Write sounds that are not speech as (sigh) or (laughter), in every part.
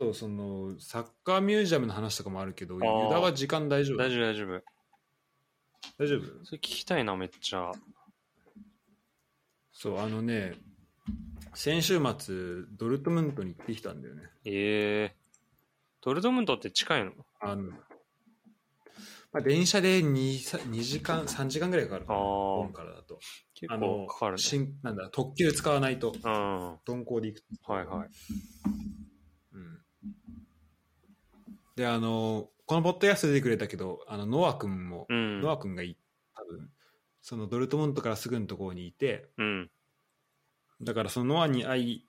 そうそのサッカーミュージアムの話とかもあるけど、湯田ーは時間大丈夫大丈夫、大丈夫。大丈夫それ聞きたいな、めっちゃ。そう、あのね、先週末、ドルトムントに行ってきたんだよね。ええドルトムントって近いのあの、まあ、電車で 2, さ2時間、3時間ぐらいかかるかな、あー日本からだと。結あ構のかかるね。新なんだ特急使わないと、うん。は鈍行で行くと。いはい。うん、で、あの、このポッドキャストで出てくれたけど、あのノア君も、うん。ノア君がい多分そのドルトムントからすぐのところにいて、うん。だからそのノアに会い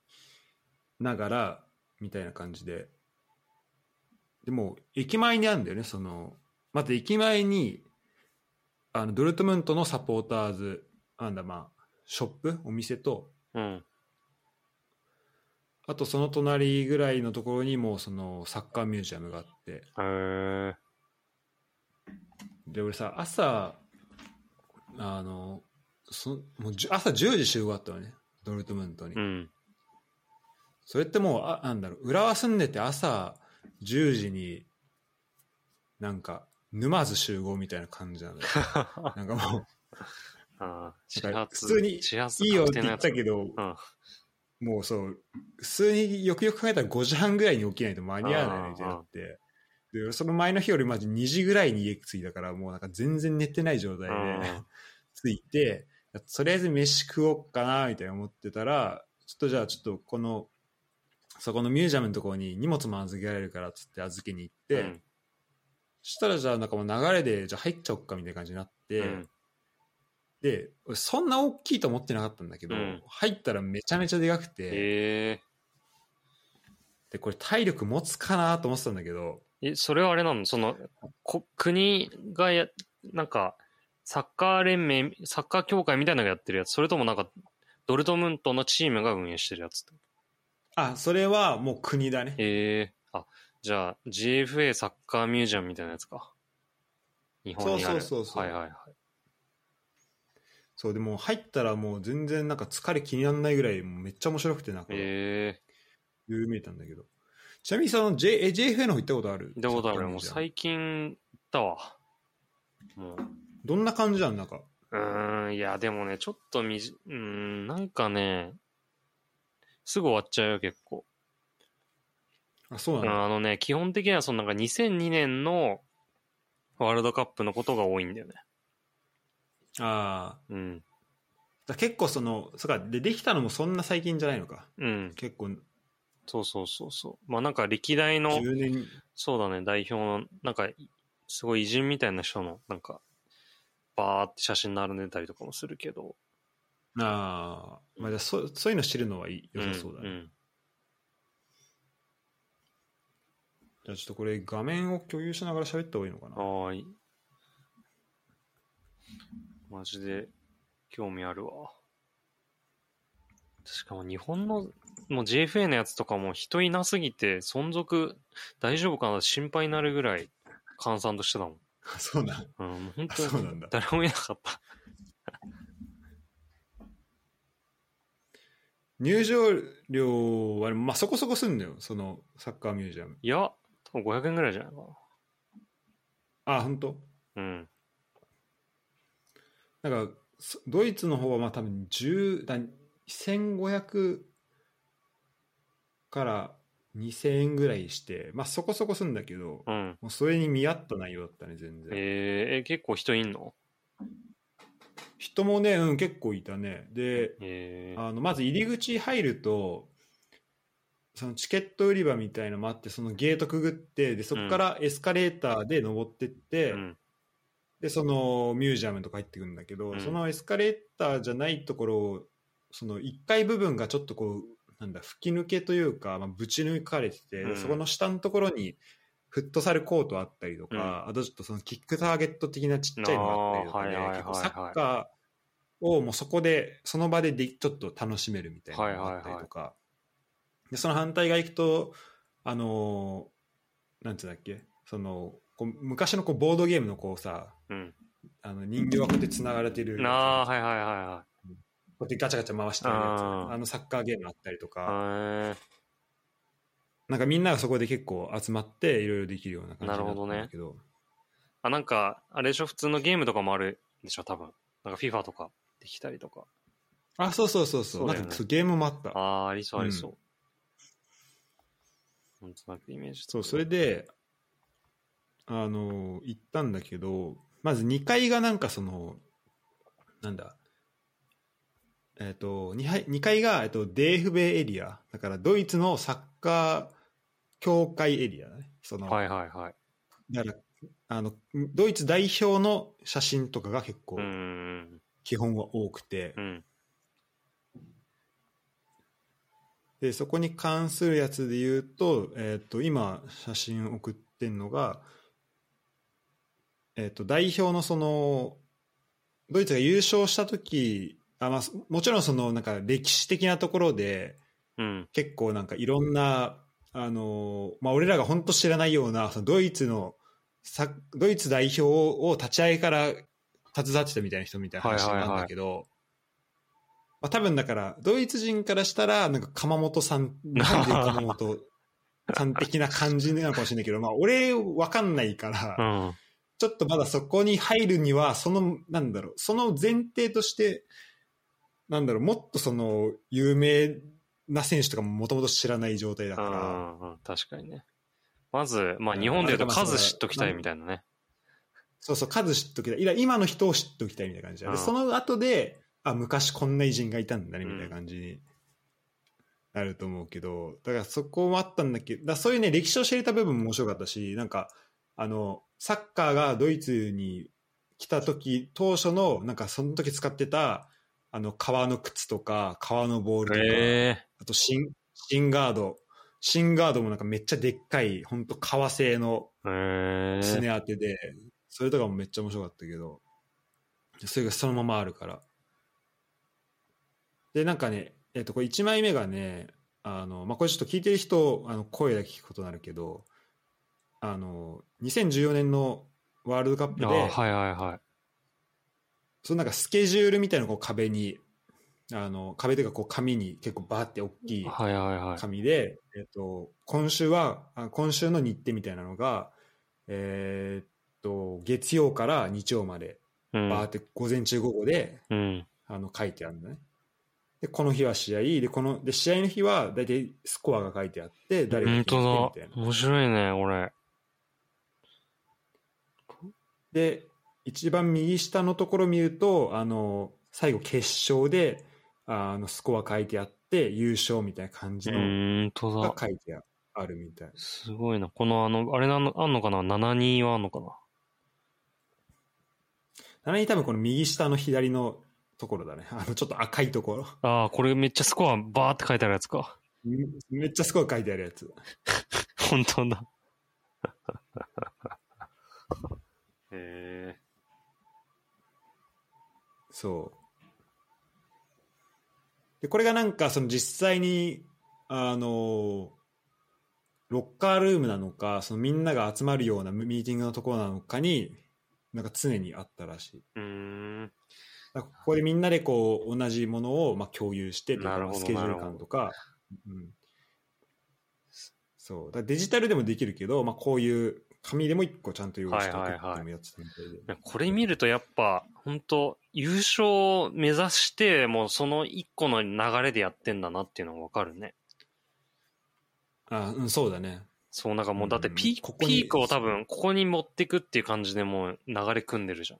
ながらみたいな感じで、でも駅前にあるんだよね、その、まず駅前に、あのドルトムントのサポーターズ、なんだまあ、ショップ、お店と、うん。あとその隣ぐらいのところにもうそのサッカーミュージアムがあって、へえで俺さ朝あのそもうじゅ朝10時集合あったのねドルトムントに、 (laughs) うん。それってもうあなんだろう浦和住んでて朝10時になんか沼津集合みたいな感じなのよなんかもうああ、だから始発普通に始発いいよっ確て定言のやっつたけど、うんもうそう普通によくよく考えたら5時半ぐらいに起きないと間に合わないみたいになってで俺その前の日よりまず2時ぐらいに家着いたからもうなんか全然寝てない状態で、うん着いてとりあえず飯食おうかなみたいな思ってたらちょっとじゃあちょっとこのそこのミュージアムのところに荷物も預けられるからっつって預けに行って、うんそしたらじゃあなんかもう流れでじゃあ入っちゃおっかみたいな感じになって、うんで俺そんな大きいと思ってなかったんだけど、うん入ったらめちゃめちゃでかくて、えでこれ体力持つかなと思ってたんだけどええ、それはあれなのその、こ国がや、なんか、サッカー連盟、サッカー協会みたいなのがやってるやつ、それともなんか、ドルトムントのチームが運営してるやつってあそれはもう国だねええあ、じゃあ GFA サッカーミュージアムみたいなやつか。日本にある。そうそうそうそうはいはいはい。そうでもう入ったらもう全然なんか疲れ気にならないぐらいもうめっちゃ面白くてなんか、え有名なんだけど。ちなみにその、J、え JFA の方行ったことあるえでもだからもサッカーのうじゃん最近行ったわ。もう。どんな感じなんなんか。うーん、いやでもね、ちょっとみじ、うーん、なんかね、すぐ終わっちゃうよ結構。あ、そううんなんだ。あのね、基本的にはそのなんか2002年のワールドカップのことが多いんだよね。ああ。うん。だから結構その、そっか、で、できたのもそんな最近じゃないのか。うん。結構、そうそうそうそう。まあなんか歴代の。 10年。そうだね、代表の、なんか、いすごい偉人みたいな人の、なんか、バーって写真並んでたりとかもするけど。ああ。まあ、じゃあそそういうの知るのはいい良さそうだね。んじゃあちょっとこれ、画面を共有しながら喋った方がいいのかうんな。はーい。マジで、興味あるわ。しかも日本の、もう JFA のやつとかも人いなすぎて、存続大丈夫かな心配になるぐらい、閑散としてたもん。あ (laughs) そうなんうん、もう本あ当 (laughs) そうになんだ。誰もいなかった。入場料は、まあ、そこそこすんのよ。その、サッカーミュージアム。いや、多分500円ぐらいじゃないかあ、本当。な。うん。なんかそドイツの方はまあ多分10だ1500から2000円ぐらいして、まあ、そこそこするんだけど、うん。もうそれに見合った内容だったね全然、えーえ、結構人いんの人もね、うん、結構いたねでえー、あのまず入り口入るとそのチケット売り場みたいのもあってそのゲートくぐってでそこからエスカレーターで登ってって、うん、でそのミュージアムとか入ってくるんだけど、うんそのエスカレーターじゃないところをその1階部分がちょっとこうなんだ吹き抜けというか、まあ、ぶち抜かれてて、うんそこの下のところにフットサルコートあったりとか、あとちょっとそのキックターゲット的なちっちゃいのがあったりとかで、あーはいはいはいはい結構サッカーをもうそこでその場ででちょっと楽しめるみたいなのがあったりとか、でその反対側行くとあのーなんつうんだっけそのこう昔のこうボードゲームのこうさうん。あの人形がこうやって繋がれてる、なあ、はいはいはこうやってガチャガチャ回してるやつ、あーあのサッカーゲームあったりといか、はい。なんかみんながそこで結構集まっていろいろできるような感じなにるなほったどんねだけどあ、なんか、あれでしょ普通のゲームとかもあるでしょ多分。なんか FIFA とかできたりとか。あそうそうそうそうそうだよねなんかそうゲームもあったああ、ありそうありそう。なんとなくイメージ。そうそれであの行ったんだけどまず2階がなんかそのなんだえっ、と 2, 階2階が、えっとデーフベイエリアだからドイツのサッカー協会エリアだねその、はいはいはい。だからあのドイツ代表の写真とかが結構うーん。基本は多くて、うん。でそこに関するやつで言うと,、えー、と今写真送ってんのが、えー、と代表のそのドイツが優勝した時あ、まあ、そもちろんそのなんか歴史的なところでうん。結構なんかいろんな、あのまあ、俺らが本当知らないようなそのドイツのサッドイツ代表を立ち会いから携わってたみたいな人みたいな話はいはいはいなんだけど、まあ、多分だからドイツ人からしたらなんか鎌本さんなんで鎌本さん的な感じなのかもしれないけど、まあ、俺わかんないから、うん。ちょっとまだそこに入るには、その、なんだろう、その前提として、なんだろう、もっとその、有名な選手とかももともと知らない状態だうんかうんうん確かにね。まず、まあうん日本で言うとまあだからまあ数知っときたいみたいなね。ら、そうそう、数知っときたい。いや今の人を知っときたいみたいな感じだ。うんで、その後で、あ、昔こんな偉人がいたんだね、みたいな感じになると思うけど、だからそこもあったんだけど、だからそういうね、歴史を知れた部分も面白かったし、なんか、あの、サッカーがドイツに来た時当初のなんかその時使ってたあの革の靴とか革のボールとか、へえ。あとシンシンガードシンガードもなんかめっちゃでっかい本当革製のへすえ。ね当てで、それとかもめっちゃ面白かったけどそれがそのままあるからでなんかねえっ、とこれ1枚目がねあの、まあ、これちょっと聞いてる人あの声だけ聞くことになるけどあの2014年のワールドカップでああはいはいはい。そのなんかスケジュールみたいなのをこう壁にあの壁というかこう紙に結構バーって大きいはいはいはい。紙で、えっと今週はあ今週の日程みたいなのが、えーっと月曜から日曜までうバーんって午前中午後で、うん。あの書いてあるんだねでこの日は試合でこので試合の日は大体スコアが書いてあって誰が本決め当てみだたい。な面白いね、俺。で一番右下のところ見るとあの最後決勝でああのスコア書いてあって優勝みたいな感じうのーんとがだ。書いてあるみたいすごいな。このあの、あれなの、あんのかな ?72 はあんのかななのに多分この右下の左のところだね (laughs) あのちょっと赤いところああ、これめっちゃスコアバーって書いてあるやつか。 (laughs) めめっちゃスコア書いてあるやつ本当だ。へえ。そうでこれがなんかその実際にあのロッカールームなのかそのみんなが集まるようなミーティングのところなのかになんか常にあったらしいうーん。だからここでみんなでこう同じものをまあ共有してとなかるほどスケジュール感とか、うん、そうだからデジタルでもできるけど、まあ、こういう紙でも一個ちゃんと用意しておくはっいてはいいはいうのもやってたみたいで、いやこれ見るとやっぱ、本当優勝を目指して、もうその一個の流れでやってんだなっていうのがわかるね。あうんそうだねそう、なんかもうだってピ,、うんここにピークを多分、ここに持ってくっていう感じでもう流れ組んでるじゃん。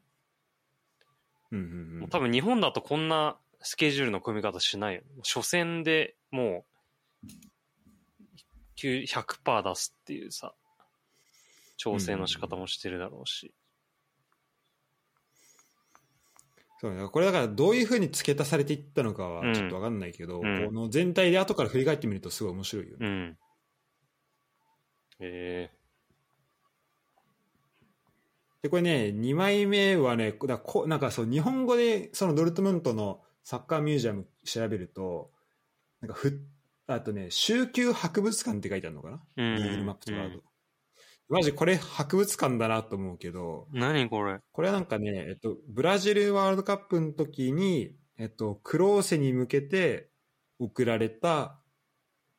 うんうんうんもう多分日本だとこんなスケジュールの組み方しないよ。初戦でもう9 100%出すっていうさ、調整の仕方もしてるだろうし。そうね、これだからどういうふうに付け足されていったのかはちょっと分かんないけど、うんこの全体で後から振り返ってみるとすごい面白いよね、うん。えでこれね2枚目はねだこなんかそう日本語でそのドルトムントのサッカーミュージアム調べるとなんかふあとね宗教博物館って書いてあるのかな、えー。 Google うん。マップとかだと、うんマジこれ博物館だなと思うけど何これこれはなんかね、えっと、ブラジルワールドカップの時に、えっと、クローセに向けて送られた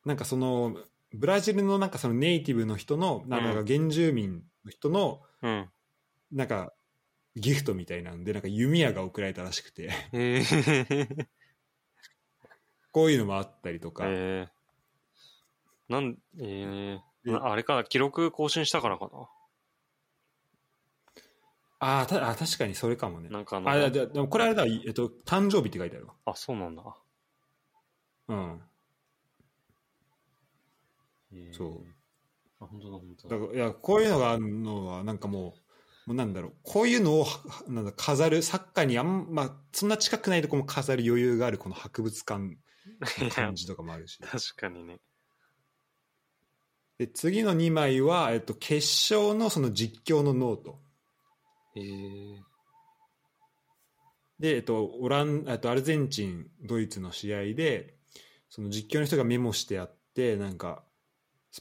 なんかそのブラジルのなんかそのネイティブの人のなんかうん原住民の人のうん。なんかギフトみたいなんでなんか弓矢が贈られたらしくて (laughs) えー、こういうのもあったりとか、えー、なん、えでー、なあれかな、記録更新したからかあーたあ確かにそれかもねな。なんかあの、あだだでもこれあれだ、えっと、誕生日って書いてあるわあ、そうなんだ。うんえーそう。あ、本当だ、本当だだ。からいやこういうのがあるのはなんかもうもうなんだろうこういうのをははなんだ飾るサッカーにあんまそんな近くないとこも飾る余裕があるこの博物 (laughs) 館の感じとかもあるし確かにね。で次の2枚は、えっと、決勝のその実況のノートえー、で、えっと、オランえっとアルゼンチンドイツの試合でその実況の人がメモしてあってなんか、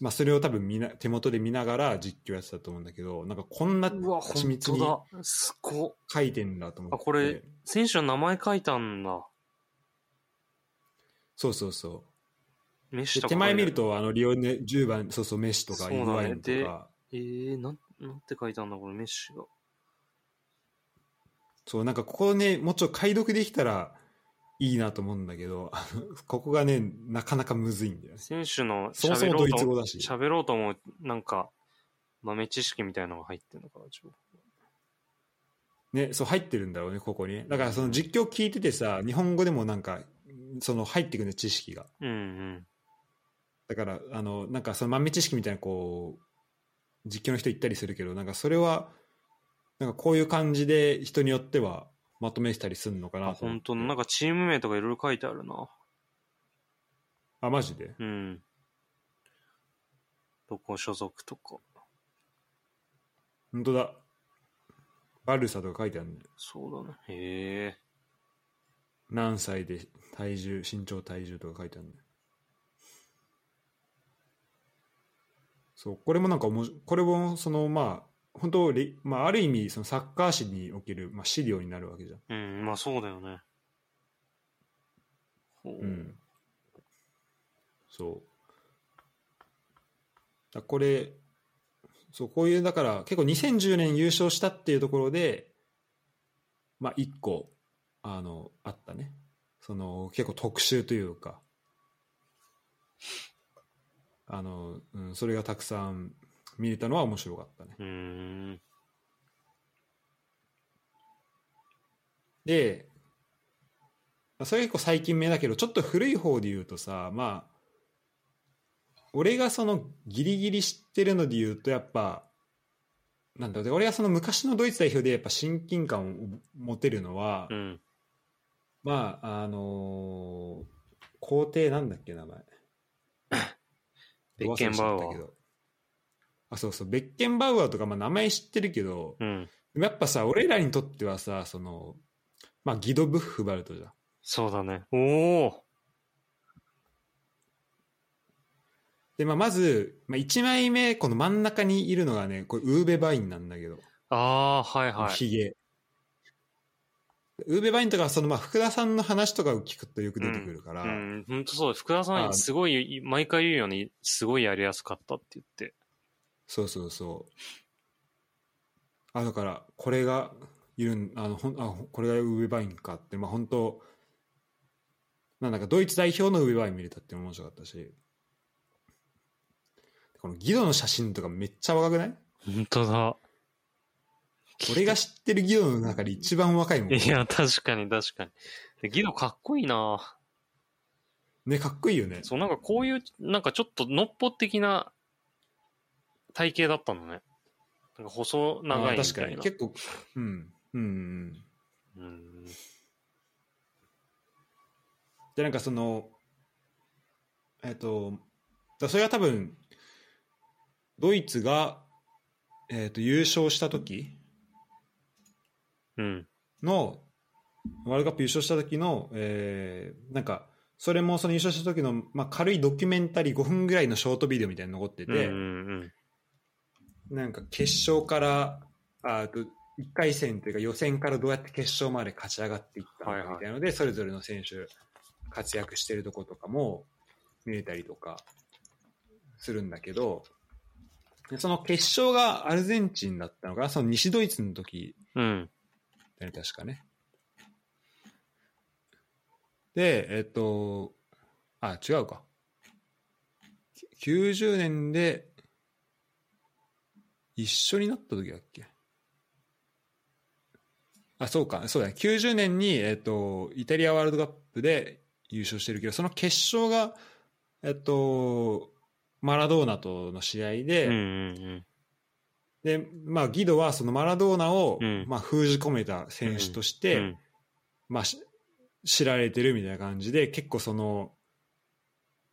まあ、それを多分見な手元で見ながら実況やってたと思うんだけどなんかこんなうわ、緻本密に当だ。すごっ。書いてんだと思ってあこれ選手の名前書いたんだ。そうそうそうメッシでとか。手前見る。とあのリオネ10番そうそうメッシとかそうイだねグワインとでかえー、なん、なんて書いたんだ、これ、メッシが。そうなんかここねもうちょい解読できたらいいなと思うんだけどあのここがねなかなかむずいんだよね選手のそもそ喋もろドうイとツ思語うだし喋ろうと思う、なんか、豆知識みたいなのが入ってるのかな、情報ねそう入ってるんだろうねここにだからその実況聞いててさ日本語でもなんかその入ってくるね知識がうんうん。だからあのなんかその豆知識みたいなこう実況の人言ったりするけどなんかそれはなんかこういう感じで人によってはまとめてたりするのかあ、なと思っ本て当だなんかチーム名とかいろいろ書いてあるな。あマジでうん。どこ所属とか。本当だバルサとか書いてあるねそうだね。へえ。何歳で体重身長体重とか書いてあるねそうこれもなんかおもしこれもそのまあ本当レまあある意味そのサッカー史における、まあ、資料になるわけじゃん、うん、まあそうだよね。ほううん、そうだこれそうこういうだから結構2010年優勝したっていうところでまあ一個あのあったねその結構特集というかあの、うん、それがたくさん見れたのは面白かったねうーん。で、まあそれ結構最近目だけど、ちょっと古い方で言うとさ、まあ、俺がそのギリギリ知ってるので言うと、やっぱ、なんだろうで、俺がその昔のドイツ代表でやっぱ親近感を持てるのは、うん。まあ、あのー皇帝なんだっけ、名前。 (coughs) ベッケンバウアー忘れちゃったけどあ、そうそう、ベッケンバウアーとか、まあ名前知ってるけど、うん。でもやっぱさ、俺らにとってはさ、その、まあギド・ブッフバルトじゃん。そうだね。おおで、まあ、まず、まあ、1枚目、この真ん中にいるのがね、これ、ウーベ・バインなんだけど、ああー、はいはい。ひげ。ウーベ・バインとかは、その、まあ、福田さんの話とかを聞くとよく出てくるから、うん、本当そう。福田さあん、すごい、毎回言うように、すごいやりやすかったって言って。そうそうそう。あ、だから、これが、いるん、あの、ほん、あ、これがウーベ・バインかって、まあ、本当なんだか、ドイツ代表のウーベ・バイン見れたって面白かったし、このギドの写真とかめっちゃ若くない本当だ。俺が知ってるギドの中で一番若いもん。いや、確かに確かに。で、ギドかっこいいなね、かっこいいよね。そう、なんかこういう、なんかちょっとのっぽ的な体型だったのね。なんか細長いあみー確たかいに。な。結構、うん。うんうん。うん。で、なんかその、えっ、と、だそれは多分、ドイツが、えっ、と、優勝した時うん。の、ワールドカップ優勝した時の、えーなんか、それもその優勝した時の、まあ、軽いドキュメンタリー5分ぐらいのショートビデオみたいに残ってうて、んうんなんか決勝から、あと1回戦というか予選からどうやって決勝まで勝ち上がっていったのかみたいなので、それぞれの選手活躍してるとことかも見れたりとか、するんだけど、でその決勝がアルゼンチンだったのかな、その西ドイツの時うん。だね、確かね。で、えっと、あ、違うか。き90年で、一緒になった時だっけあ、そうか、そうだね。90年に、えっと、イタリアワールドカップで優勝してるけど、その決勝が、えっと、マラドーナとの試合で、うんうんで、まあ、ギドはそのマラドーナを、うんまあ、封じ込めた選手としうん。て、うんまあ、し知られてるみたいな感じで結構その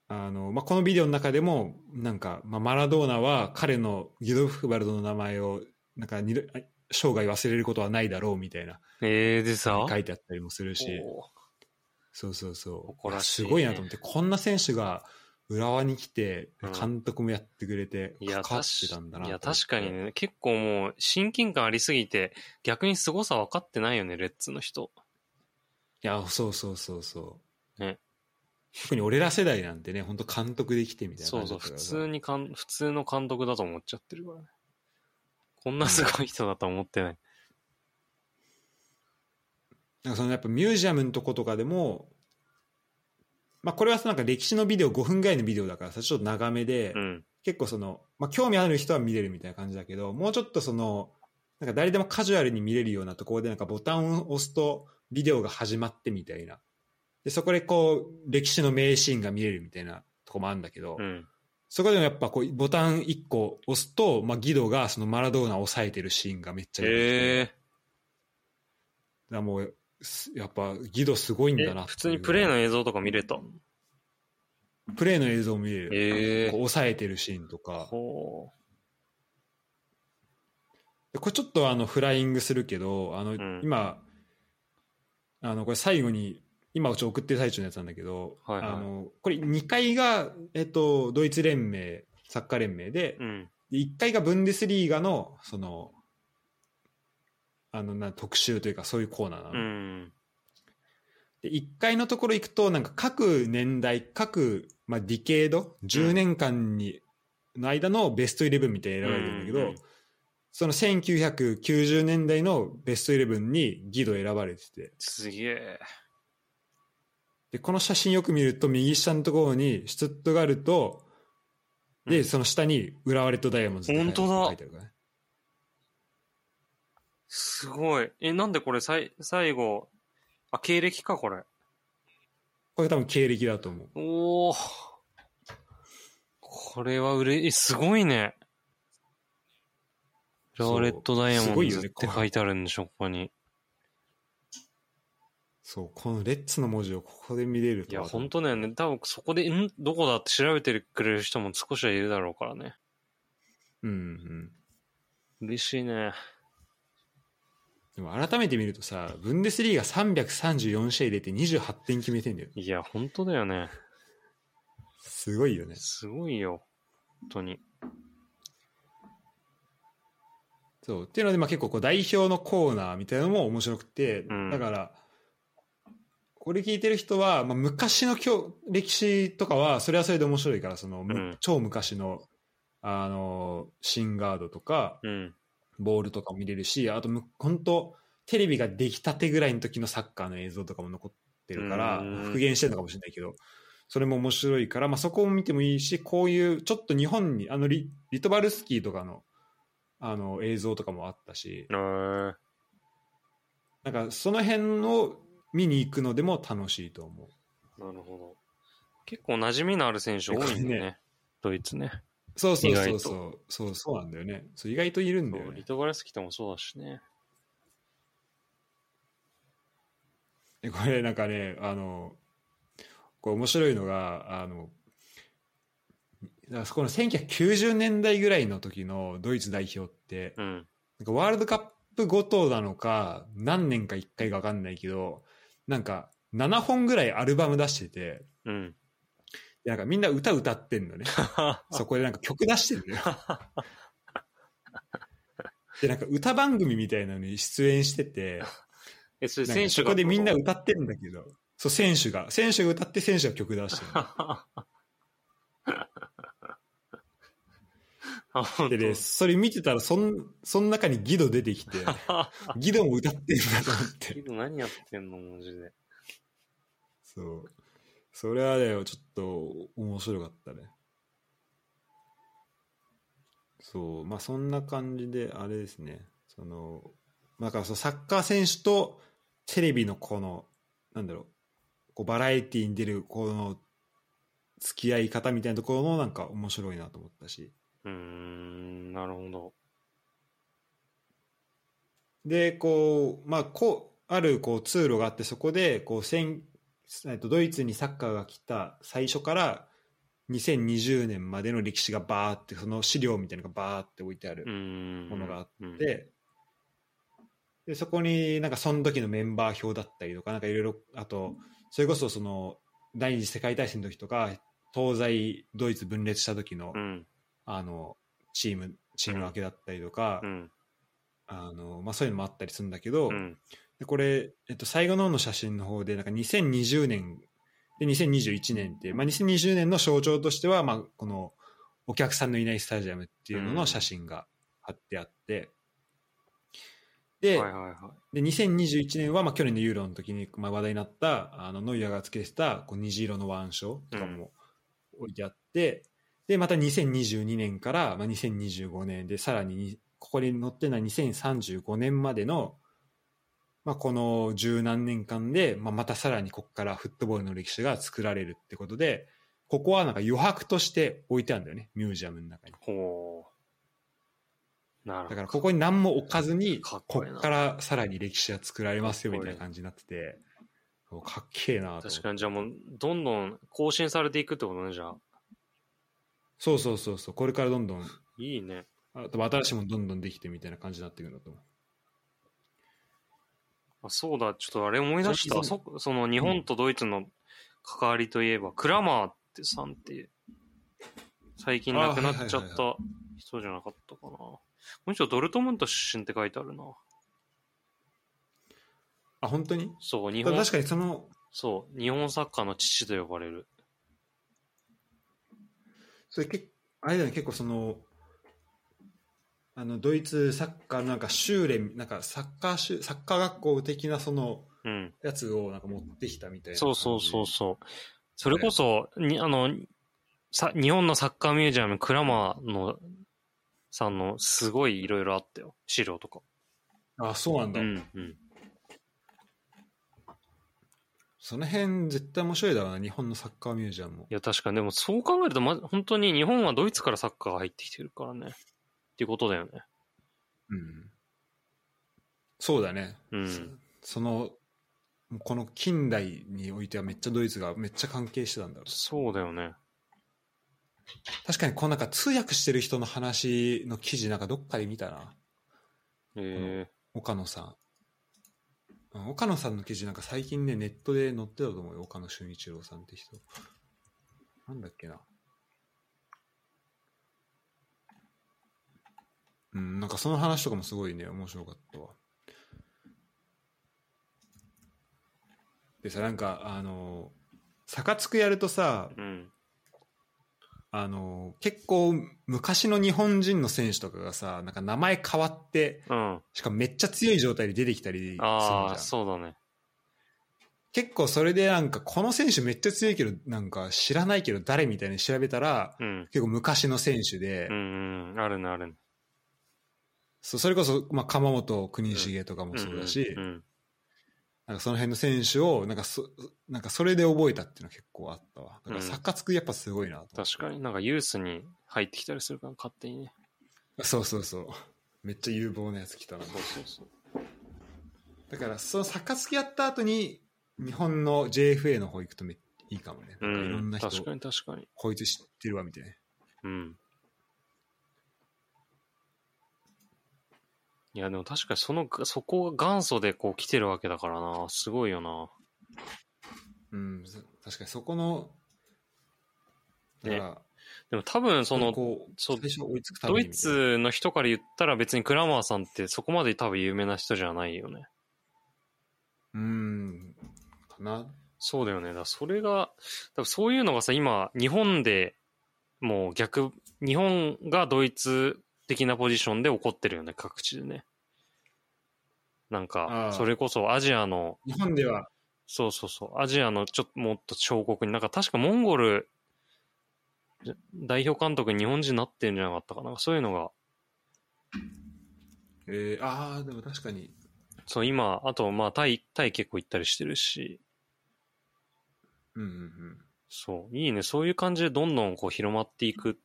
あの、まあ、このビデオの中でもなんか、まあ、マラドーナは彼のギドフバルドの名前をなんか二度あ生涯忘れることはないだろうみたいなえー、でさ、書いてあったりもするしおーそうそうそう誇らしいすねごいなと思ってこんな選手が浦和に来てうん監督もやってくれてい関や、わ確ってたんだなと思っかていや確かにね、結構もう親近感ありすぎて、逆に凄さ分かってないよね、レッツの人。いやそうそうそうそう、ね特に俺ら世代なんてね本当監督できてみたいなそう感じだそっう、た普からさ通にかん、普通の監督だと思っちゃってるからね。こんなすごい人だと思ってない。なんかそのやっぱミュージアムのとことかでも、まあ、これはさなんか歴史のビデオ5分ぐらいのビデオだからさちょっと長めで、うん。結構その、まあ、興味ある人は見れるみたいな感じだけどもうちょっとそのなんか誰でもカジュアルに見れるようなところでなんかボタンを押すとビデオが始まってみたいなでそこでこう歴史の名シーンが見れるみたいなとこもあるんだけど、うん。そこでもやっぱこうボタン1個押すと、まあ、ギドがそのマラドーナを抑えてるシーンがめっちゃ出てきてえだからもうすやっぱギドすごいんー、だなえっていう普通にプレイの映像とか見れた。プレイの映像を見れる、えこうー抑えてるシーンとかほでこれちょっとあのフライングするけどあの、ん今あのこれ最後に今うち送ってる最中のやつなんだけど、はいはいあのこれ2階が、えっと、ドイツ連盟サッカー連盟で,、う。うん。で1階がブンデスリーガのそのあのな特集というかそういうコーナーなの、うん。で1階のところ行くとなんか各年代各、まあ、ディケード10年間に、の間のベストイレブンみたいなのが選ばれてるんだけど、うんうんうんその1990年代のベストイレブンにギド選ばれててすげえ。でこの写真よく見ると右下のところにシュツットガルトで、うんその下に浦和レッドダイヤモンドって本当だ書いてあるからねすごい。え、なんでこれさい最後、あ、経歴か、これ。これ多分経歴だと思うおお。これはうれ、えすごいね。ラそうーレットダイヤすモごンいよドっねて書いてあるんでしょ、ここに。そうこのレッツの文字をここで見れるいとや、は本当だよね。多分そこで、んどこだって調べてくれる人も少しはいるだろうからね。うんうん嬉しいね。でも改めて見るとさ、ブンデスリーガ334試合出て28点決めてんだよ。いや、本当だよね。すごいよね。すごいよ。本当に。そう。っていうので、まあ、結構こう代表のコーナーみたいなのも面白くて、うんだから、これ聞いてる人は、まあ、昔の今日歴史とかは、それはそれで面白いから、その、むうん超昔の、あの、シンガードとか、うん。ボールとかも見れるし、あとむ、本当テレビができたてぐらいの時のサッカーの映像とかも残ってるから、うん復元してるのかもしれないけど、それも面白いから、まあ、そこを見てもいいし、こういう、ちょっと日本に、あのリ、リトバルスキーとかの、あの、映像とかもあったし、えー、なんか、その辺を見に行くのでも楽しいと思う。なるほど。結構馴染みのある選手多いんだよね。ドイツね。そうそう意そう外そう、そう、そうなんだよね。そう、意外といるんだそようねリ。トガレスキともそうだしね。でこれなんかねあのこれ面白いのがあのだからそこの1990年代ぐらいの時のドイツ代表ってうん。なんかワールドカップごとなのか何年か1回か分かんないけどなんか7本ぐらいアルバム出してて (laughs) うん。でなんかみんな歌歌ってんのねそこでなんか曲出してんのよ。でなんか歌番組みたいなのに出演してて。え、それなん選か手そが。こでみんな歌ってんだけど、そう、選手が、選手が歌って選手が曲出してる。あ、本 (laughs) で当ね、それ見てたら、そん、その中にギド出て (laughs) きて、ギドも歌ってんだと思って。今何やってんのマジで。そう。それはね、ちょっと面白かったね。そう、まあそんな感じで、あれですね。その、まあだからそのサッカー選手とテレビのこの、なんだろう、こうバラエティーに出るこの付き合い方みたいなところもなんか面白いなと思ったし。うーん、なるほど。でこう、まあ、こうあるこう通路があってそこでこう戦えっとドイツにサッカーが来た最初から2020年までの歴史がバーってその資料みたいなのがバーって置いてあうるーん。ものがあっうんて、でそこになんかその時のメンバー表だったりとかなんかいろいろあとそれこそその第二次世界大戦の時とか東西ドイツ分裂した時の,、うん。あのチームチーム分けだったりとか、うん。あのまあ、そういうのもあったりするんだけど、うん。でこれ、えっと、最後の方の写真の方でなんか2020年で2021年って、まあ、2020年の象徴としては、まあ、このお客さんのいないスタジアムっていうのの写真が貼ってあって、で,、はいはいはで2021年は、まあ、去年のユーロの時に、まあ、話題になったあのノイアーがつけてたこう虹色の腕章とかも置いてあって、でまた2022年から、まあ、2025年でさらににここに載ってるのは2035年までの、まあ、この十何年間で、まあ、またさらにここからフットボールの歴史が作られるってことでここはなんか余白として置いてあるんだよねミュージアムの中にい。ほう。だなるほかど。らここに何も置かずにかっここいいなこからさらに歴史が作られますよかっみこいたいいな感じになっててそうかっけえなと思って確かに、じゃあもう、どんどん更新されていくってことね、じゃあ。そうそうそうそうこれからどんどんいいね。あと新しいものどんどんできてみたいな感じになっていくんだと思うあそうだ、ちょっとあれ思い出しそた。うそその日本とドイツの関わりといえば、クラマーってさんって、最近亡くなあはいっちゃはいっはた人じゃなかったかな。この人ドルトムント出身って書いてあるな。あ本当にそう、日ただ本確、かにそのそう、日本サッカーの父と呼ばれる。それけあれだよね結構そのあのドイツサッカーのなんか修練なんかサッカー修サッカー学校的なそのうん。やつをなんか持ってきたみたいなそうそうそううそう。それこそ、にあの、さ日本のサッカーミュージアム、クラマーの、さんの、すごいいろいろあったよ。資料とか。あそうなんうだ、ん、うん。その辺絶対面白いだろうな日本のサッカーミュージアムもいや、確かに。でも、そう考えると、ま、本当に日本はドイツからサッカーが入ってきてるからね。っていうことだよね。うんそうだね、うんそのこの近代においてはめっちゃドイツがめっちゃ関係してたんだろうそうだよね。確かにこうなんか通訳してる人の話の記事なんかどっかで見たなえ岡野さんうん岡野さんの記事なんか最近ねネットで載ってたと思うよ岡野俊一郎さんって人なんだっけなうんなんかその話とかもすごいね面白かったわでさなんかあの坂つくやるとさーうん。あの結構昔の日本人の選手とかがさなんか名前変わってうん。しかもめっちゃ強い状態で出てきたりするじあゃあ、んそうだね。結構それでなんかこの選手めっちゃ強いけどなんか知らないけど誰みたいに調べたらうん。結構昔の選手で、うん、うん。あるね、あるね。そうそれこそ、まあ、鎌本国重とかもそうだし、うんうん。なんかその辺の選手をなんかそなんかそれで覚えたっていうのは結構あったわだからうんサッカーつくやっぱすごいなと思って確かになんかユースに入ってきたりするから、勝手にね。そうそうそうめっちゃ有望なやつ来たなそうそうそう。だからそのサッカーつきやった後に日本の JFA の方行くとめいいかもね、うなんかいろんん。な人確かに、確かに。こいつ知ってるわみたいなうん。いや、でも確かにその、そこが元祖でこう来てるわけだからな。すごいよな。うん、そ確かにそこの、だねから、でも多分その、こうそう最初追いつくたドめイにみたいなツの人から言ったら別にクラマーさんってそこまで多分有名な人じゃないよね。うん、かな。そうだよね。だからそれが、多分そういうのがさ、今、日本でもう逆日本がドイツ的なポジションで起こってるよね、各地でね。なんあかあ、それこそアジアの、日本では、そうそうそう、アジアのちょっともっと小国に、なんか確かモンゴル代表監督に日本人になってるんじゃなかったかな。そういうのが、えー、ああ、でも確かに、そう今、あとまあタイ、タイ結構行ったりしてるし、うんうんうん。そう、いいね。そういう感じでどんどんこう広まっていくん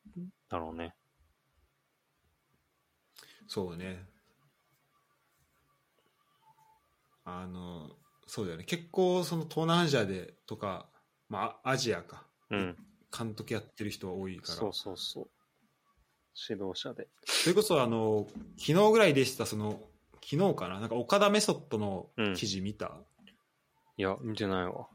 だろうね。そうね。あの、そうだよね。結構、その東南アジアでとか、まあ、アジアか。うん。監督やってる人は多いから。そうそうそう。指導者で。それこそ、あの、昨日ぐらいでした、その、昨日かな。なんか、岡田メソッドの記事見た。いや、見てないわ。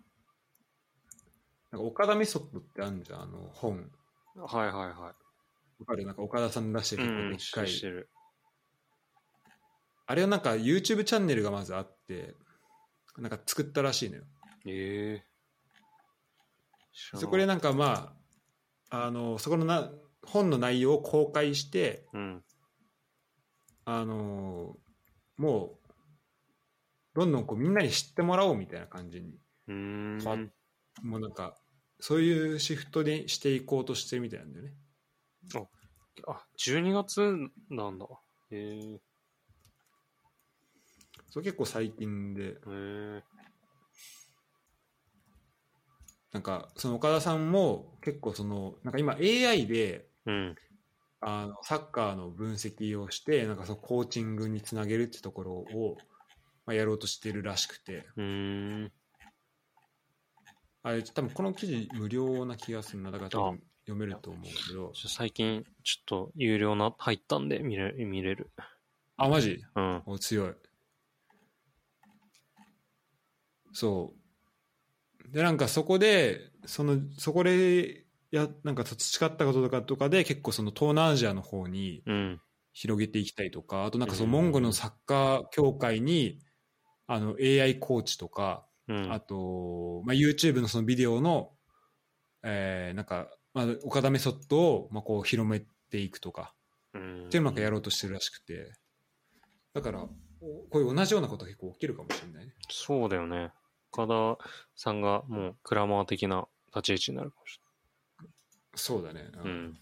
なんか、岡田メソッドってあるじゃん、あの、本。はいはいはわかるなんか、岡田さん出してい。うる結構でっかん、い。してる。あれはなんか、YouTube チャンネルがまずあって、なんか作ったらしいのよ。ええそこで、なんかまああのそこのな本の内容を公開してうん。あのもうどんどんこうみんなに知ってもらおうみたいな感じにうーん。変わっもうなんかそういうシフトでしていこうとしてるみたいなんだよねあ、12月なんだ。ええそれ結構最近でええなんかその岡田さんも結構そのなんか今 AI でうん。あのサッカーの分析をしてなんかそのコーチングにつなげるってところを、まあ、やろうとしてるらしくてうーん。あれ、多分この記事無料な気がするな。だから多分読めると思うけど。ちょ最近、ちょっと、有料な、入ったんで、見れ、見れる。あ、マジうん。お、強い。そう。で、なんかそこで、その、そこで、や、なんか培ったこととかとかで、結構その東南アジアの方にうん。広げていきたいとか、あとなんかそのうんモンゴルのサッカー協会に、あの、AI コーチとか、うん。あと、まあ、YouTube のそのビデオの、えーなんか、まあ、岡田メソッドを、まあ、こう広めていくとか、うんってうまくやろうとしてるらしくて、だから、おこういう同じようなことが結構起きるかもしれないね。そうだよね。岡田さんが、もう、クラマー的な立ち位置になるかもしそうだね。れない。うん。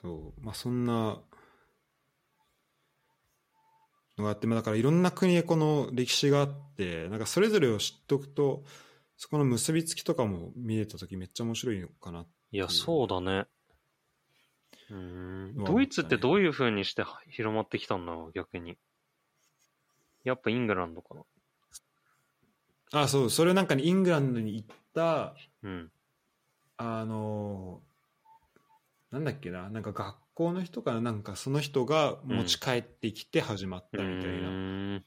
そう。まあ、そんな、のがあって、まあ、だからいろんな国でこの歴史があって、なんかそれぞれを知っておくと、そこの結びつきとかも見れたときめっちゃ面白いのかな。いや、んそうだね。うーん。まあドイツってどういう風にして広まってきたんだろう、逆に。やっぱイングランドかな。あ、そう。それなんかにイングランドに行った、うん。あのーなんだっけな、なんか学校の人からなんかその人が持ち帰ってきて始まっうたみたいなーん。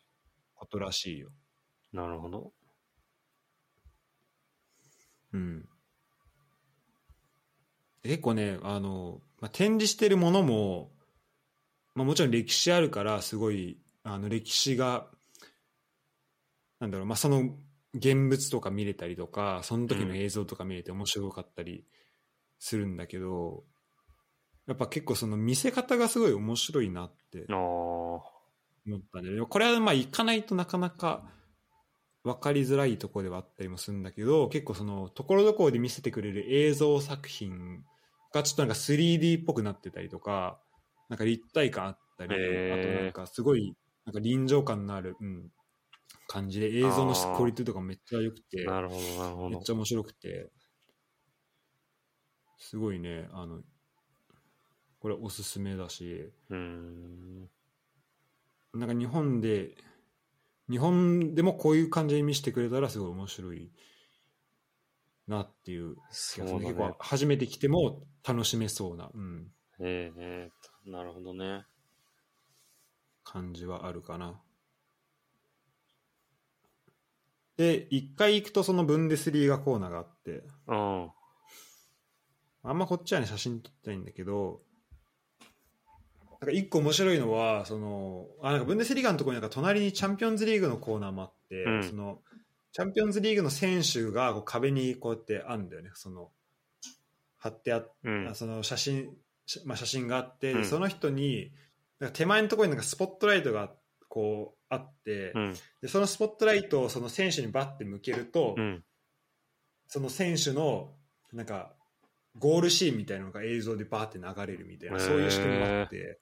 ことらしいよ。なるほど。うん。結構ね、あのまあ、展示してるものも、まあ、もちろん歴史あるから、すごい、あの、歴史が、なんだろう、まあ、その現物とか見れたりとか、その時の映像とか見れて面白かったりするんだけど、やっぱ結構その見せ方がすごい面白いなってああ。思ったんで、でもこれはまあ行かないとなかなか分かりづらいところではあったりもするんだけど、結構そのところどころで見せてくれる映像作品がちょっとなんか 3D っぽくなってたりとか、なんか立体感あったり、へーあとなんかすごいなんか臨場感のある、うん、感じで映像の質あークオリティとかめっちゃ良くて、なるほど、なるほめっどち。ゃ面白くて、すごいね、あの、これおすすめだし、うーん。なんか日本で、日本でもこういう感じに見せてくれたらすごい面白いなっていう気がそうすだる、ね結。構初めて来ても楽しめそうな、うん、ええええなるほどね。感じはあるかな。で、一回行くとそのブンデスリーガコーナーがあって、うん。あんまこっちはね、写真撮ってないんだけど、なんか一個面白いのは、その、あ、なんかブンデスリーガのところになんか隣にチャンピオンズリーグのコーナーもあって、うんその、チャンピオンズリーグの選手がこう壁にこうやってあるんだよね、その、貼ってあっうん。その写真,し、まあ、写真があって、うんその人になんか手前のところになんかスポットライトがこうあって、うん。でそのスポットライトをその選手にバッて向けると、うん。その選手のなんかゴールシーンみたいなのが映像でバーって流れるみたいな、へーそういう仕組みがあって。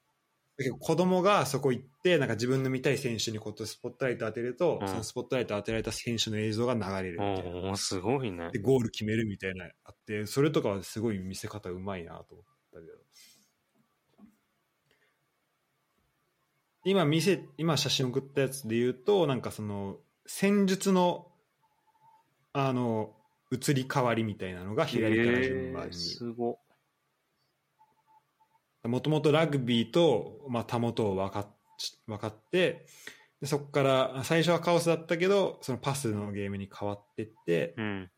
だけど子供がそこ行ってなんか自分の見たい選手にこうやってスポットライト当てると、うんそのスポットライト当てられた選手の映像が流れるみたいな、おおすごいねで。ゴール決めるみたいなのあってそれとかはすごい見せ方うまいなと思ったけど今見せ今写真送ったやつで言うとなんかその戦術のあの移り変わりみたいなのが左から順番えーにすご。もともとラグビーと、まあ、たもとを分かっ分かってでそこから最初はカオスだったけどそのパスのゲームに変わってって、うん。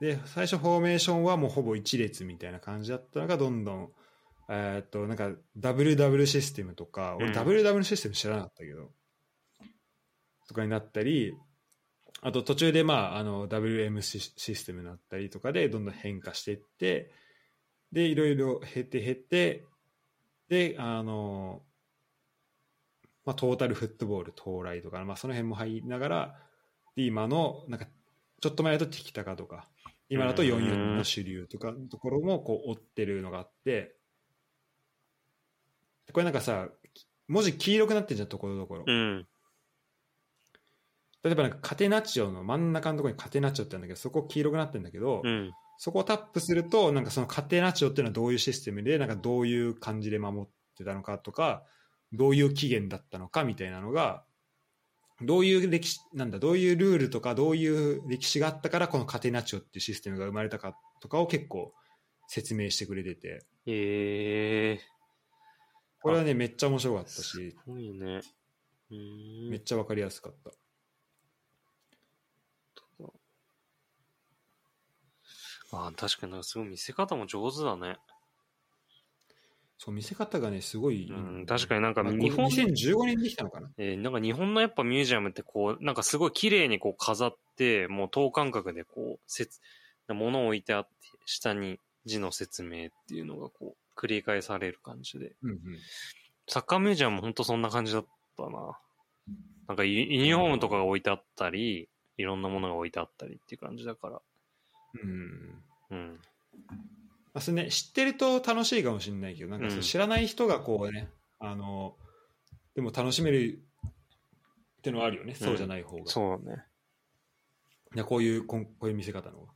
で最初フォーメーションはもうほぼ一列みたいな感じだったのがどんどんえーっとなんかダブルダブルシステムとかう俺んダブルダブルシステム知らなかったけど、とかになったりあと途中でまああの WM シシステムになったりとかでどんどん変化していってでいろいろ減って減ってであのまあ、トータルフットボール到来とか、まあ、その辺も入りながらで今のなんかちょっと前だとティキタカとか今だと44の主流とかのところもこう追ってるのがあってでこれなんかさ文字黄色くなってんじゃんところどころうん。例えばなんかカテナチオの真ん中のところにカテナチオってあるんだけどそこ黄色くなってんだけど、うん。そこをタップするとなんかそのカテナチオっていうのはどういうシステムでなんかどういう感じで守ってたのかとかどういう期限だったのかみたいなのがどういう歴史なんだどういうルールとかどういう歴史があったからこのカテナチオっていうシステムが生まれたかとかを結構説明してくれててええこれはねめっちゃ面白かったしすごいね。うめーっん。ちゃわかりやすかったあー確かになんかすごい見せ方も上手だね。そう見せ方がねすごい、うん。確かになんかまあ日本2015年にできたのかなえーなんか日本のやっぱミュージアムってこう、なんかすごい綺麗にこう飾って、もう等間隔でこう、せつ物を置いてあって、下に字の説明っていうのがこう、繰り返される感じで。うんうんサッカーミュージアムもほんとそんな感じだったな。なんかユユニフォームとかが置いてあったり、いろんなものが置いてあったりっていう感じだから。うんうんうん。まあそれね、知ってると楽しいかもしれないけどなんかそううん知らない人がこうね、あのでも楽しめるってのはあるよね、そうじゃない方がいそうだね。やこういうこんこういう見せ方の方が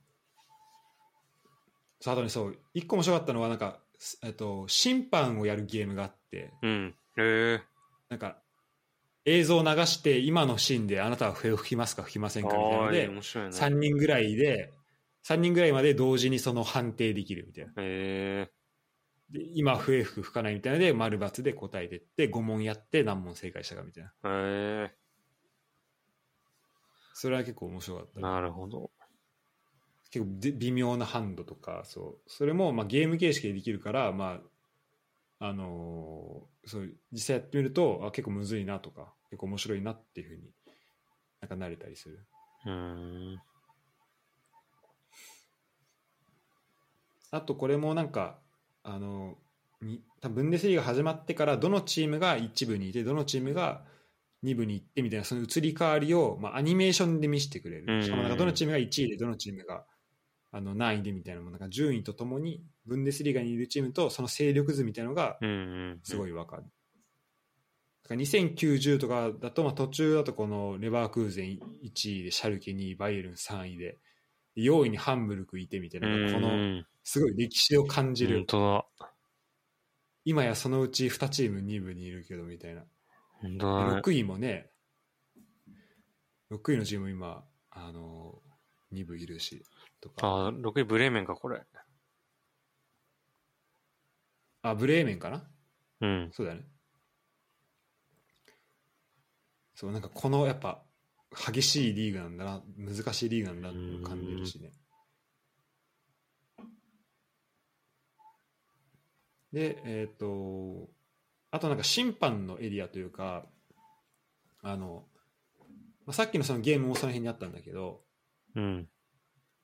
そうあとねそう一個面白かったのはなんか、すえっと、審判をやるゲームがあってうん。えなんか映像を流して今のシーンであなたは笛を吹きますか吹きませえんかみたいなのー。で面白いね。 3人ぐらいで3人ぐらいまで同時にその判定できるみたいなえで今笛吹く吹かないみたいなので丸×で答えてって5問やって何問正解したかみたいなええそれは結構面白かった、えなるほど。結構で微妙なハンドとかそうそれもまあゲーム形式でできるからまああのーそう実際やってみるとあ結構むずいなとか結構面白いなっていうふうになんか慣れたりするうーん。あとこれもなんかあのに多分ブンデスリーが始まってからどのチームが1部にいてどのチームが2部に行ってみたいなその移り変わりを、まあ、アニメーションで見せてくれうんうんうんるしかもなんかどのチームが1位でどのチームがあの何位でみたいなのもなんか順位とともにブンデスリーガにいるチームとその勢力図みたいなのがうんうん。すごいわかる。だから2090とかだと、まあ、途中だとこのレバークーゼン1位でシャルケ2位バイエルン3位で4位にハンブルクいてみたいなうん。この。うんすごい歴史を感じる、本当だ。今やそのうち2チーム2部にいるけどみたいな、本当だね。 6位もね6位のチーム今あの2部いるしとかあ、6位ブレーメンか、これ。あブレーメンかなうん。そうだねそうなんかこのやっぱ激しいリーグなんだな難しいリーグなんだなっていうのを感じるしねでえっ、とあとなんか審判のエリアというかあのまあ、さっきのそのゲームもその辺にあったんだけど、うん。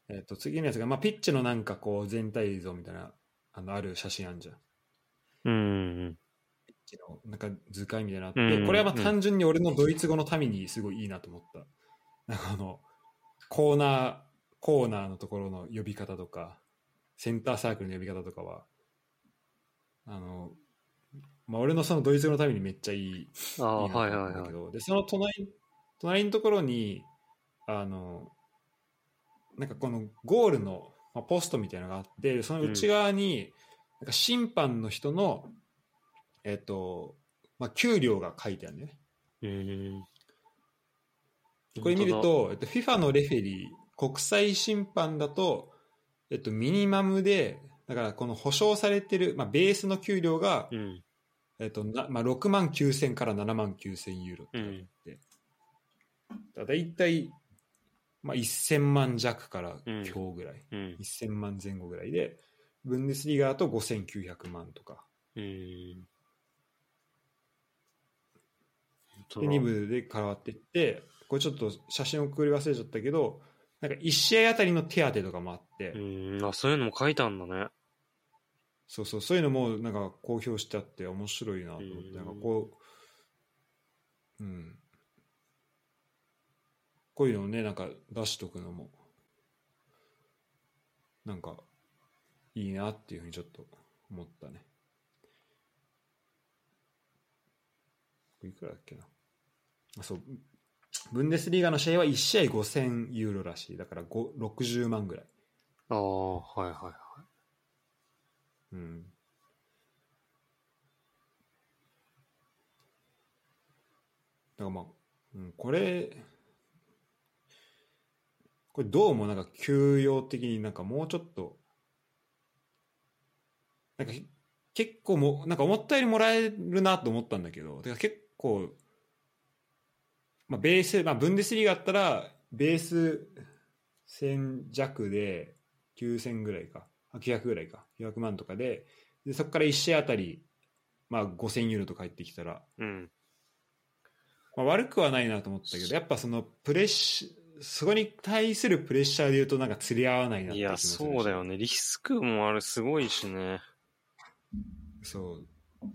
えっと次のやつが、まあ、ピッチのなんかこう全体像みたいなあのある写真あるじゃん。うん。ピッチのなんか図解みたいなのあって、うんこれはまあうん単純に俺のドイツ語のためにすごいいいなと思った。なんかあのコーナーコーナーのところの呼び方とかセンターサークルの呼び方とかはあの、まあ、俺のそのドイツ語のためにめっちゃいいあいいあ、なとはい思うはんいだはけい。どでその隣隣のところにあのなんかこのゴールの、まあ、ポストみたいなのがあってその内側に、なんか審判の人のえっ、と、まあ、給料が書いてあるんだよねうん。これ見る本と、えっと、FIFA のレフェリー国際審判だと、えっと、ミニマムでだからこの保証されてる、まあ、ベースの給料が当、だ。うん。えっとなまあ、6万9000から7万9000ユーロって書いてあって、だだいたい、まあ、1000万弱からうん今日ぐらい、うん。 1000万前後ぐらいでブンデスリーガーだと5900万とかうん。で本当だ2部で変わってってこれちょっと写真送り忘れちゃったけどなんか1試合あたりの手当とかもあって、うん。あ、そういうのも書いたんだね。そうそうそういうのもなんか公表してあって面白いなと思って、うんなんかこううんこういうのをねなんか出しとくのもなんかいいなっていうふうにちょっと思ったねこれいくらだっけなあそうブンデスリーガの試合は1試合5000ユーロらしいだから5 60万ぐらいああ、はいはいはい。うんだからまあ、うん、これこれどうもなんか休養的になんかもうちょっとなんかひ結構もなんか思ったよりもらえるなと思ったんだけどてか結構、まあ、ベース、まあ、ブンデスリーガだったらベース1000弱で9000ぐらいかあ900ぐらいか900万とかででそこから1試合あたり、まあ、5000ユーロとか入ってきたらうん。まあ、悪くはないなと思ったけどやっぱそのプレッシそこに対するプレッシャーでいうとなんか釣り合わないなってい気もや、するしそうだよね。リスクもあれすごいしね。そう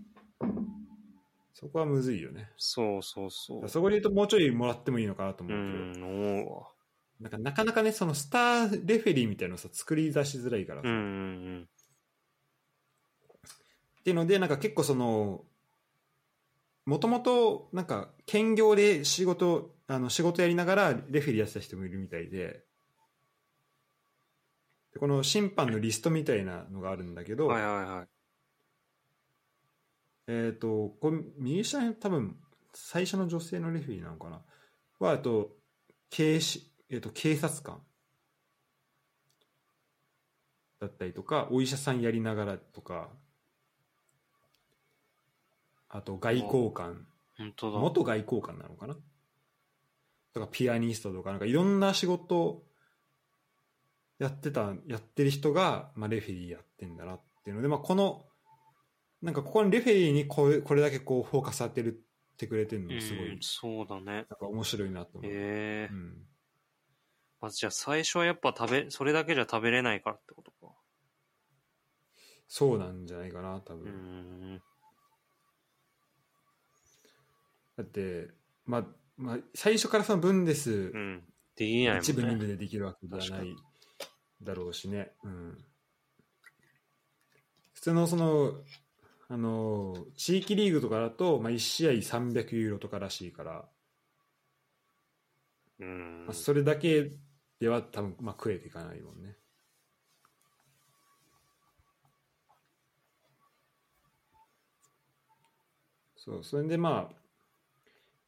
そこはむずいよねそうそうそう。そこで言うともうちょいもらってもいいのかなとう思うけど、ん、思うわ。なんかなかなかねそのスターレフェリーみたいなのさ作り出しづらいからさ、うんっうんていうのでなんか結構そのもともとなんか兼業で仕事あの仕事やりながらレフェリーやってた人もいるみたいででこの審判のリストみたいなのがあるんだけうど、ん。はいはいはい。えっ、と、これ、右下に多分、最初の女性のレフェリーなのかなは、えっと、警視、えっと、警察官だったりとか、お医者さんやりながらとか、あと、外交官、本当だ。元外交官なのかなとか、ピアニストとか、なんかいろんな仕事をやってた、やってる人が、まあ、レフェリーやってんだなっていうので、まあ、この、なんかここにレフェリーにこれこれだけこうフォーカス当てるってくれてるうのんすごい、なんそうだね。か面白いなと思う。ええうん、まずじゃあ最初はやっぱ食べ、それだけじゃ食べれないからってことか。そうなんじゃないかな、多う分。ーん。だって、まあ、まあ、最初からそのブンデス、うん。できないもんね。一部二部でできるわけでは確なかいにだろうしね、うん、普通のそのあの地域リーグとかだと、まあ、1試合300ユーロとからしいから、うんまあ、。それだけでは多分、まあ、食えていかないもんねそうそれでまあ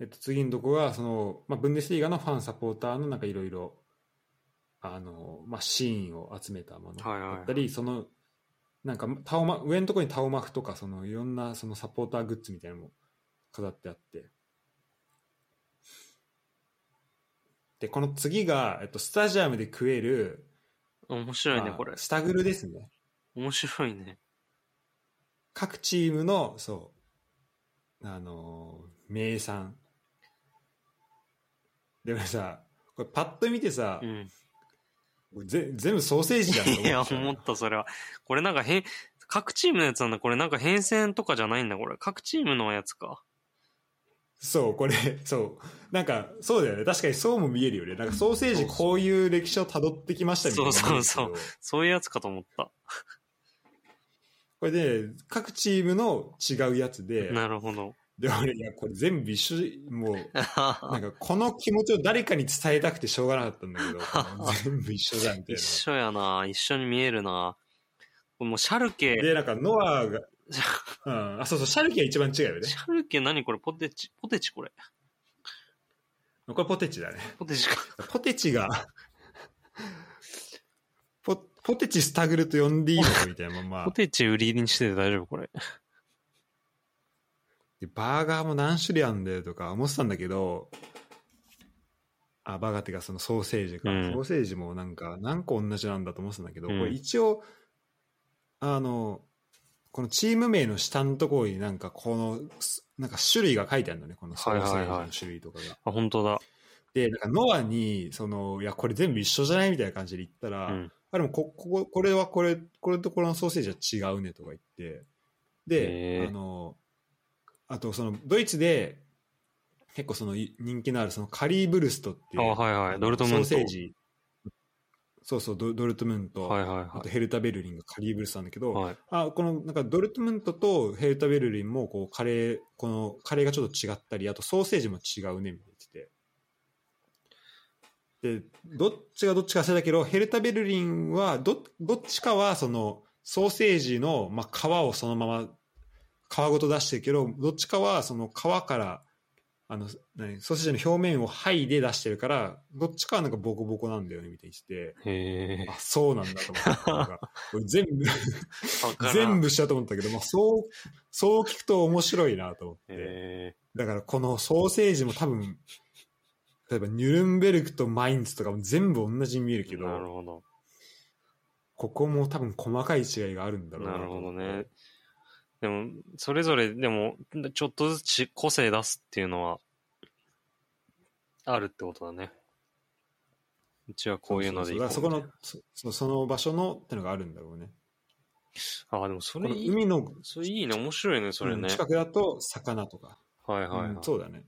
えっと、次のとこがその、まあ、ブンデスリーガのファンサポーターのなんかいろいろあの、まあ、シーンを集めたものはいはいはいだったりそのなんかタオマ上のところにタオマフとかそのいろんなそのサポーターグッズみたいなのも飾ってあってでこの次が、えっと、スタジアムで食える、面白いねま、あこれ。スタグルですね面白いね。各チームのそうあのー名産でもさこれパッと見てさ、うん。ぜ全部ソーセージじゃんと思っいや、ちゃう思った、それは。これなんか変、各チームのやつなんだ。これなんか変遷とかじゃないんだ、これ。各チームのやつか。そうこれそうなんかそうだよね確かにそうも見えるよねなんかソーセージこういう歴史をたどってきましたみたいなそうそううそういうやつかと思った。これで各チームの違うやつでなる (laughs) ほど。で俺いやこれ全部一緒もうなんかこの気持ちを誰かに伝えたくてしょうがなかったんだ (laughs) けど全部一緒じゃんみたい一緒やな。一緒に見えるな。もうシャルケな。でなんかノアが、うん、あそうそうシャルキは一番違うよねシャルケ何これポテチポテチこれ。これポテチだねポテチか。ポテチがポポテチスタグルと呼んでいいのかみたいなまあポテチ売りにしてて大丈夫これ。でバーガーも何種類あんだよとか思ってたんだけどあバーガーっていうかそのソーセージか、うんソーセージもなんか何個同じなんだと思ってたんだけど、うんこれ一応あのこのチーム名の下のところになんかこのすなんか種類が書いてあるのねこのソーセージの種類とかが、あ、本当だ。でなんかノアにそのいやこれ全部一緒じゃないみたいな感じで言ったら、うん。あでもここここれはこれこれとこれのソーセージは違うねとか言ってへでーあのあとそのドイツで結構そのい人気のあるそのカリーブルストっていあ、うはいはあい。のドルトムント。ソーセージそうそうドドルトムント、はいはいあはとヘルタベルリンがカリーブルストなんだけど、い。はい。あこのなんかドルトムントとヘルタベルリンもこうカレーこのカレーがちょっと違ったりあとソーセージも違うねみたいな言っててでどっちがどっちか忘れたけどヘルタベルリンはどどっちかはそのソーセージの、まあ、皮をそのまま皮ごと出してるけどどっちかはその皮からあの何ソーセージの表面を剥いで出してるからどっちかはなんかボコボコなんだよねみたいにしてへえて。あそうなんだと思ってなんか俺全部わからん全。部したと思ったけど、まあ、そう、そう聞くと面白いなと思って。へだからこのソーセージも多分、例えばニュルンベルクとマインツとかも全部同じに見えるけえ。なるど、ほど。ここも多分細かい違いがあるんだろうなるとほ思どってね。。でも、それぞれ、でも、ちょっとずつ個性出すっていうのは、あるってことだね。うちはこういうのでいこうそうそうだからそこの、そその場所のってのがあるんだろうね。あ、でもそこれのいい、海のそれいいね。面白いね、それうんね。近くだと魚とか。はいはい、はいうんそうだね。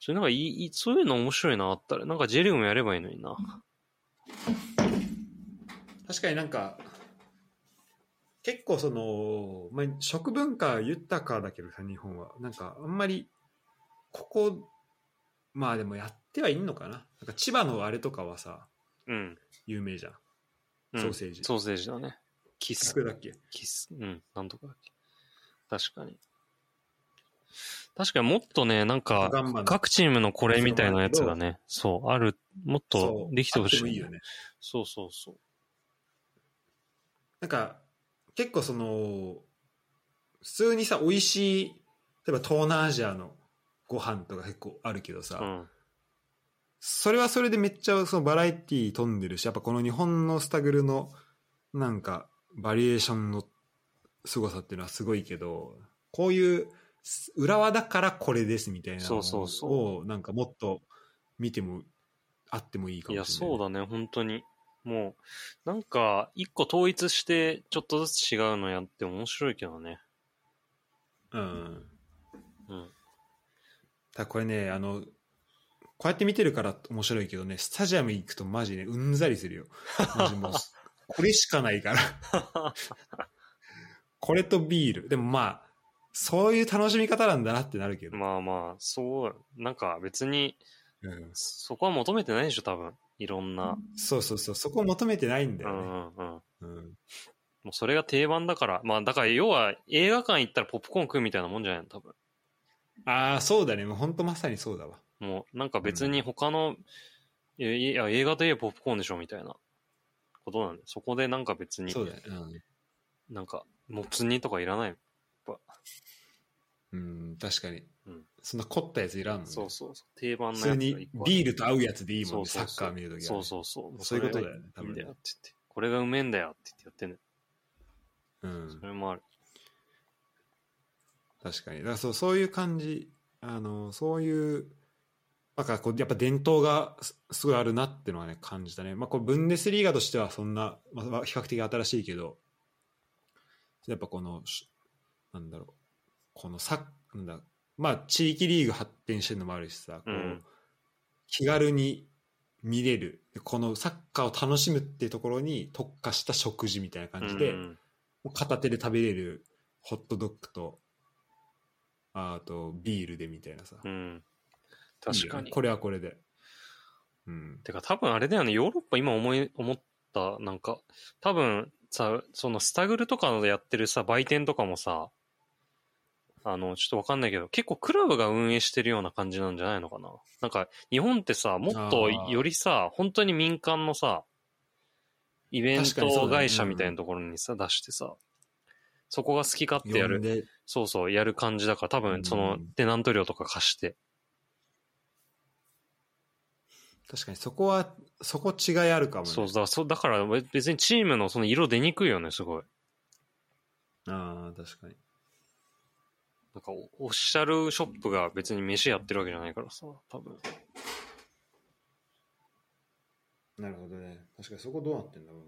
それなんかいいいい、そういうの面白いな、あったら。なんか J リーグもやればいいのにな。確かになんか結構その、まあ、食文化豊かだけどさ日本はなんかあんまりここまあでもやってはいんのかななんか千葉のあれとかはさうん。有名じゃんうんソーセージソーセージだね。キつスく。だっけキス。うん、なんとかだっけ確かに。確かにもっとね、なんか、ガンマン各チームのこれみたいなやつがね、そう、ある、もっとそうできてほしあってもい,、いいよねそうそうそう。なんか結構その普通にさ美味しい例えば東南アジアのご飯とか結構あるけどさ、うん。それはそれでめっちゃそのバラエティー飛んでるし、やっぱこの日本のスタグルのなんかバリエーションの凄さっていうのはすごいけど、こういうす裏和だからこれですみたいなのそうそうそをなんかもっと見てもあってもいいかいもや、しれそなうい。だね、本当に。もう、なんか、一個統一して、ちょっとずつ違うのやって面白いけどね。そうだ。うん。うん。ただこれね、あの、こうやって見てるから面白いけどね、スタジアム行くとマジね、うんざりするよ。マジ (laughs) もうこれしかないから。これとビール。でもまあ、そういう楽しみ方なんだなってなるけど。まあまあ、そう、なんか別に、うんそこは求めてないでしょ、多分。いろんな。そうそうそう、そこ求めてないんだうよんうね。んうん。うんもうそれが定番だから。まあだから要は映画館行ったらポップコーン食うみたいなもんじゃないの多分。ああ、そうだね。もう本当まさにそうだわ。もうなんか別に他の、いやいや映画といえばポップコーンでしょみたいなことなんで。そこでなんか別にそ、うだね。なんか、もつ煮とかいらない。うん、うん、確かにうん。そんな凝ったやついらんもんね。そうそうそう。定番普のや通つにビールと合うやつでいいいもんね、サッカー見るときはそうね。そうそう。そういうことだよね、多いいん分だねよって言って。これがうめえんだよって言ってやってんね。うんそ。れもある。確かにだからそうそういう感じあのそういうなんかこうやっぱ伝統がすすごいあるなってのはね感じたね、まあ、こうブンデスリーガとしてはそんな、まあまあ、比較的新しいけどやっぱこのしなんだろうこのサッなんだまあ地域リーグ発展してるのもあるしさこう、うん気軽に見れるでこのサッカーを楽しむっていうところに特化した食事みたいな感じで、うんもう片手で食べれるホットドッグとああとビールでみたいなさ、うん、確いかいよねに。これはこれでうんてか多分あれだよね、ヨーロッパ今思い、思った、なんか、多分さ、そのスタグルとかのやってるさ、売店とかもさ、あの、ちょっとわかんないけど、結構クラブが運営してるような感じなんじゃないのかな。なんか、日本ってさ、もっとあーよりさ、本当に民間のさ、イベン確かにそうだトね会社みたいなところにさ、出してさ、そこが好き勝手や呼るんでそうそう、やる感じだから、多分、そうの、んテナント料とか貸して。確かにそこはそこ違いあるかもねそう、だからそう、だから別にチームのその色出にくいよね、すごい。ああ確かになんかオ、オフィシャルショップが別に飯やってるわけじゃないからさ、多分。なるほどね確かにそこどうなってんだろ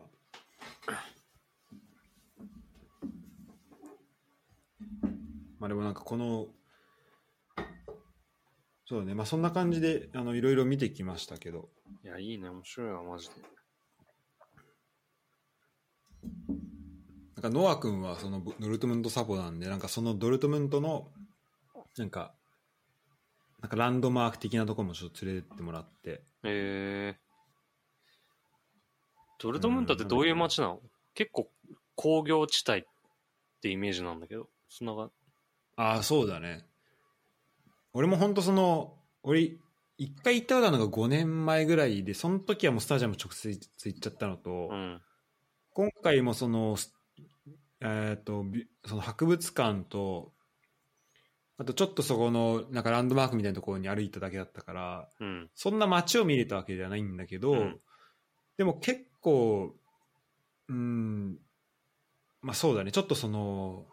うなまあでもなんかこのそうねまあそんな感じであのいろいろ見てきましたけどいや、いいね、面白いわ、マジで。なんかノア君はそのブドルトムントサポなんでなんかそのドルトムントのなんかなんかランドマーク的なとこもちょっと連れてってもらってえー。ドルトムントってどういう街なの、結構工業地帯ってイメージなんだけど、そんなが、ああそうだね俺も本当その俺一回行ったことあるのが5年前ぐらいでその時はもうスタジアム直接行っちゃったのと、うん。今回もそのすえっ、とびその博物館とあとちょっとそこのなんかランドマークみたいなところに歩いただけだったからうん。そんな街を見れたわけではないんだけど、うんでも結構うんまあそうだねちょっとその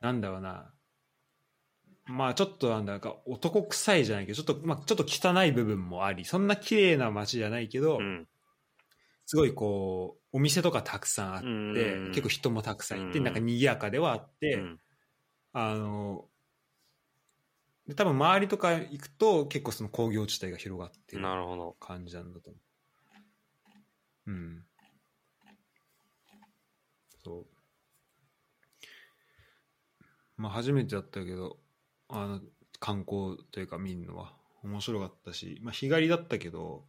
なんだろうなまあちょっとなんだか男臭いじゃないけどちょっと,、まあ、ちょっと汚い部分もありそんな綺麗な街じゃないけど、うん。すごいこうお店とかたくさんあって、うん結構人もたくさんいて、うんなんか賑やかではあって、うん。あので多分周りとか行くと結構その工業地帯が広がってるなる (laughs) ほど。感じなんだと思う。うん。そう。まあ初めてだったけど、あの、観光というか見るのは面白かったし、まあ日帰りだったけど、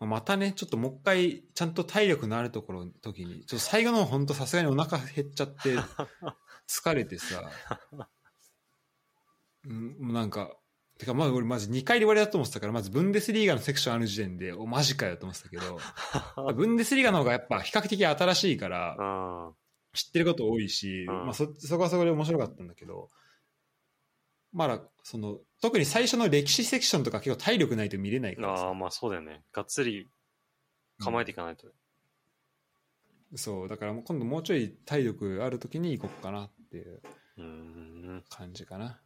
まあまたね、ちょっともう一回、ちゃんと体力のあるところの時に、ちょっと最後の方ほんとさすがにお腹減っちゃって、疲れてさ、うん、もうなんか、てかまあ俺まず2回で終わりだと思ってたから、まずブンデスリーガのセクションある時点で、お、マジかよと思ってたけど、ブンデスリーガの方がやっぱ比較的新しいから、あ知ってること多いし、うんまあ、そそこはそこで面白かったんだけど、まだその特に最初の歴史セクションとか結構体力ないと見れないーからさあー、まあそうだよね。がっつり構えていかないと。そうだからもう今度もうちょい体力ある時に行こうかなっていううん。感じかな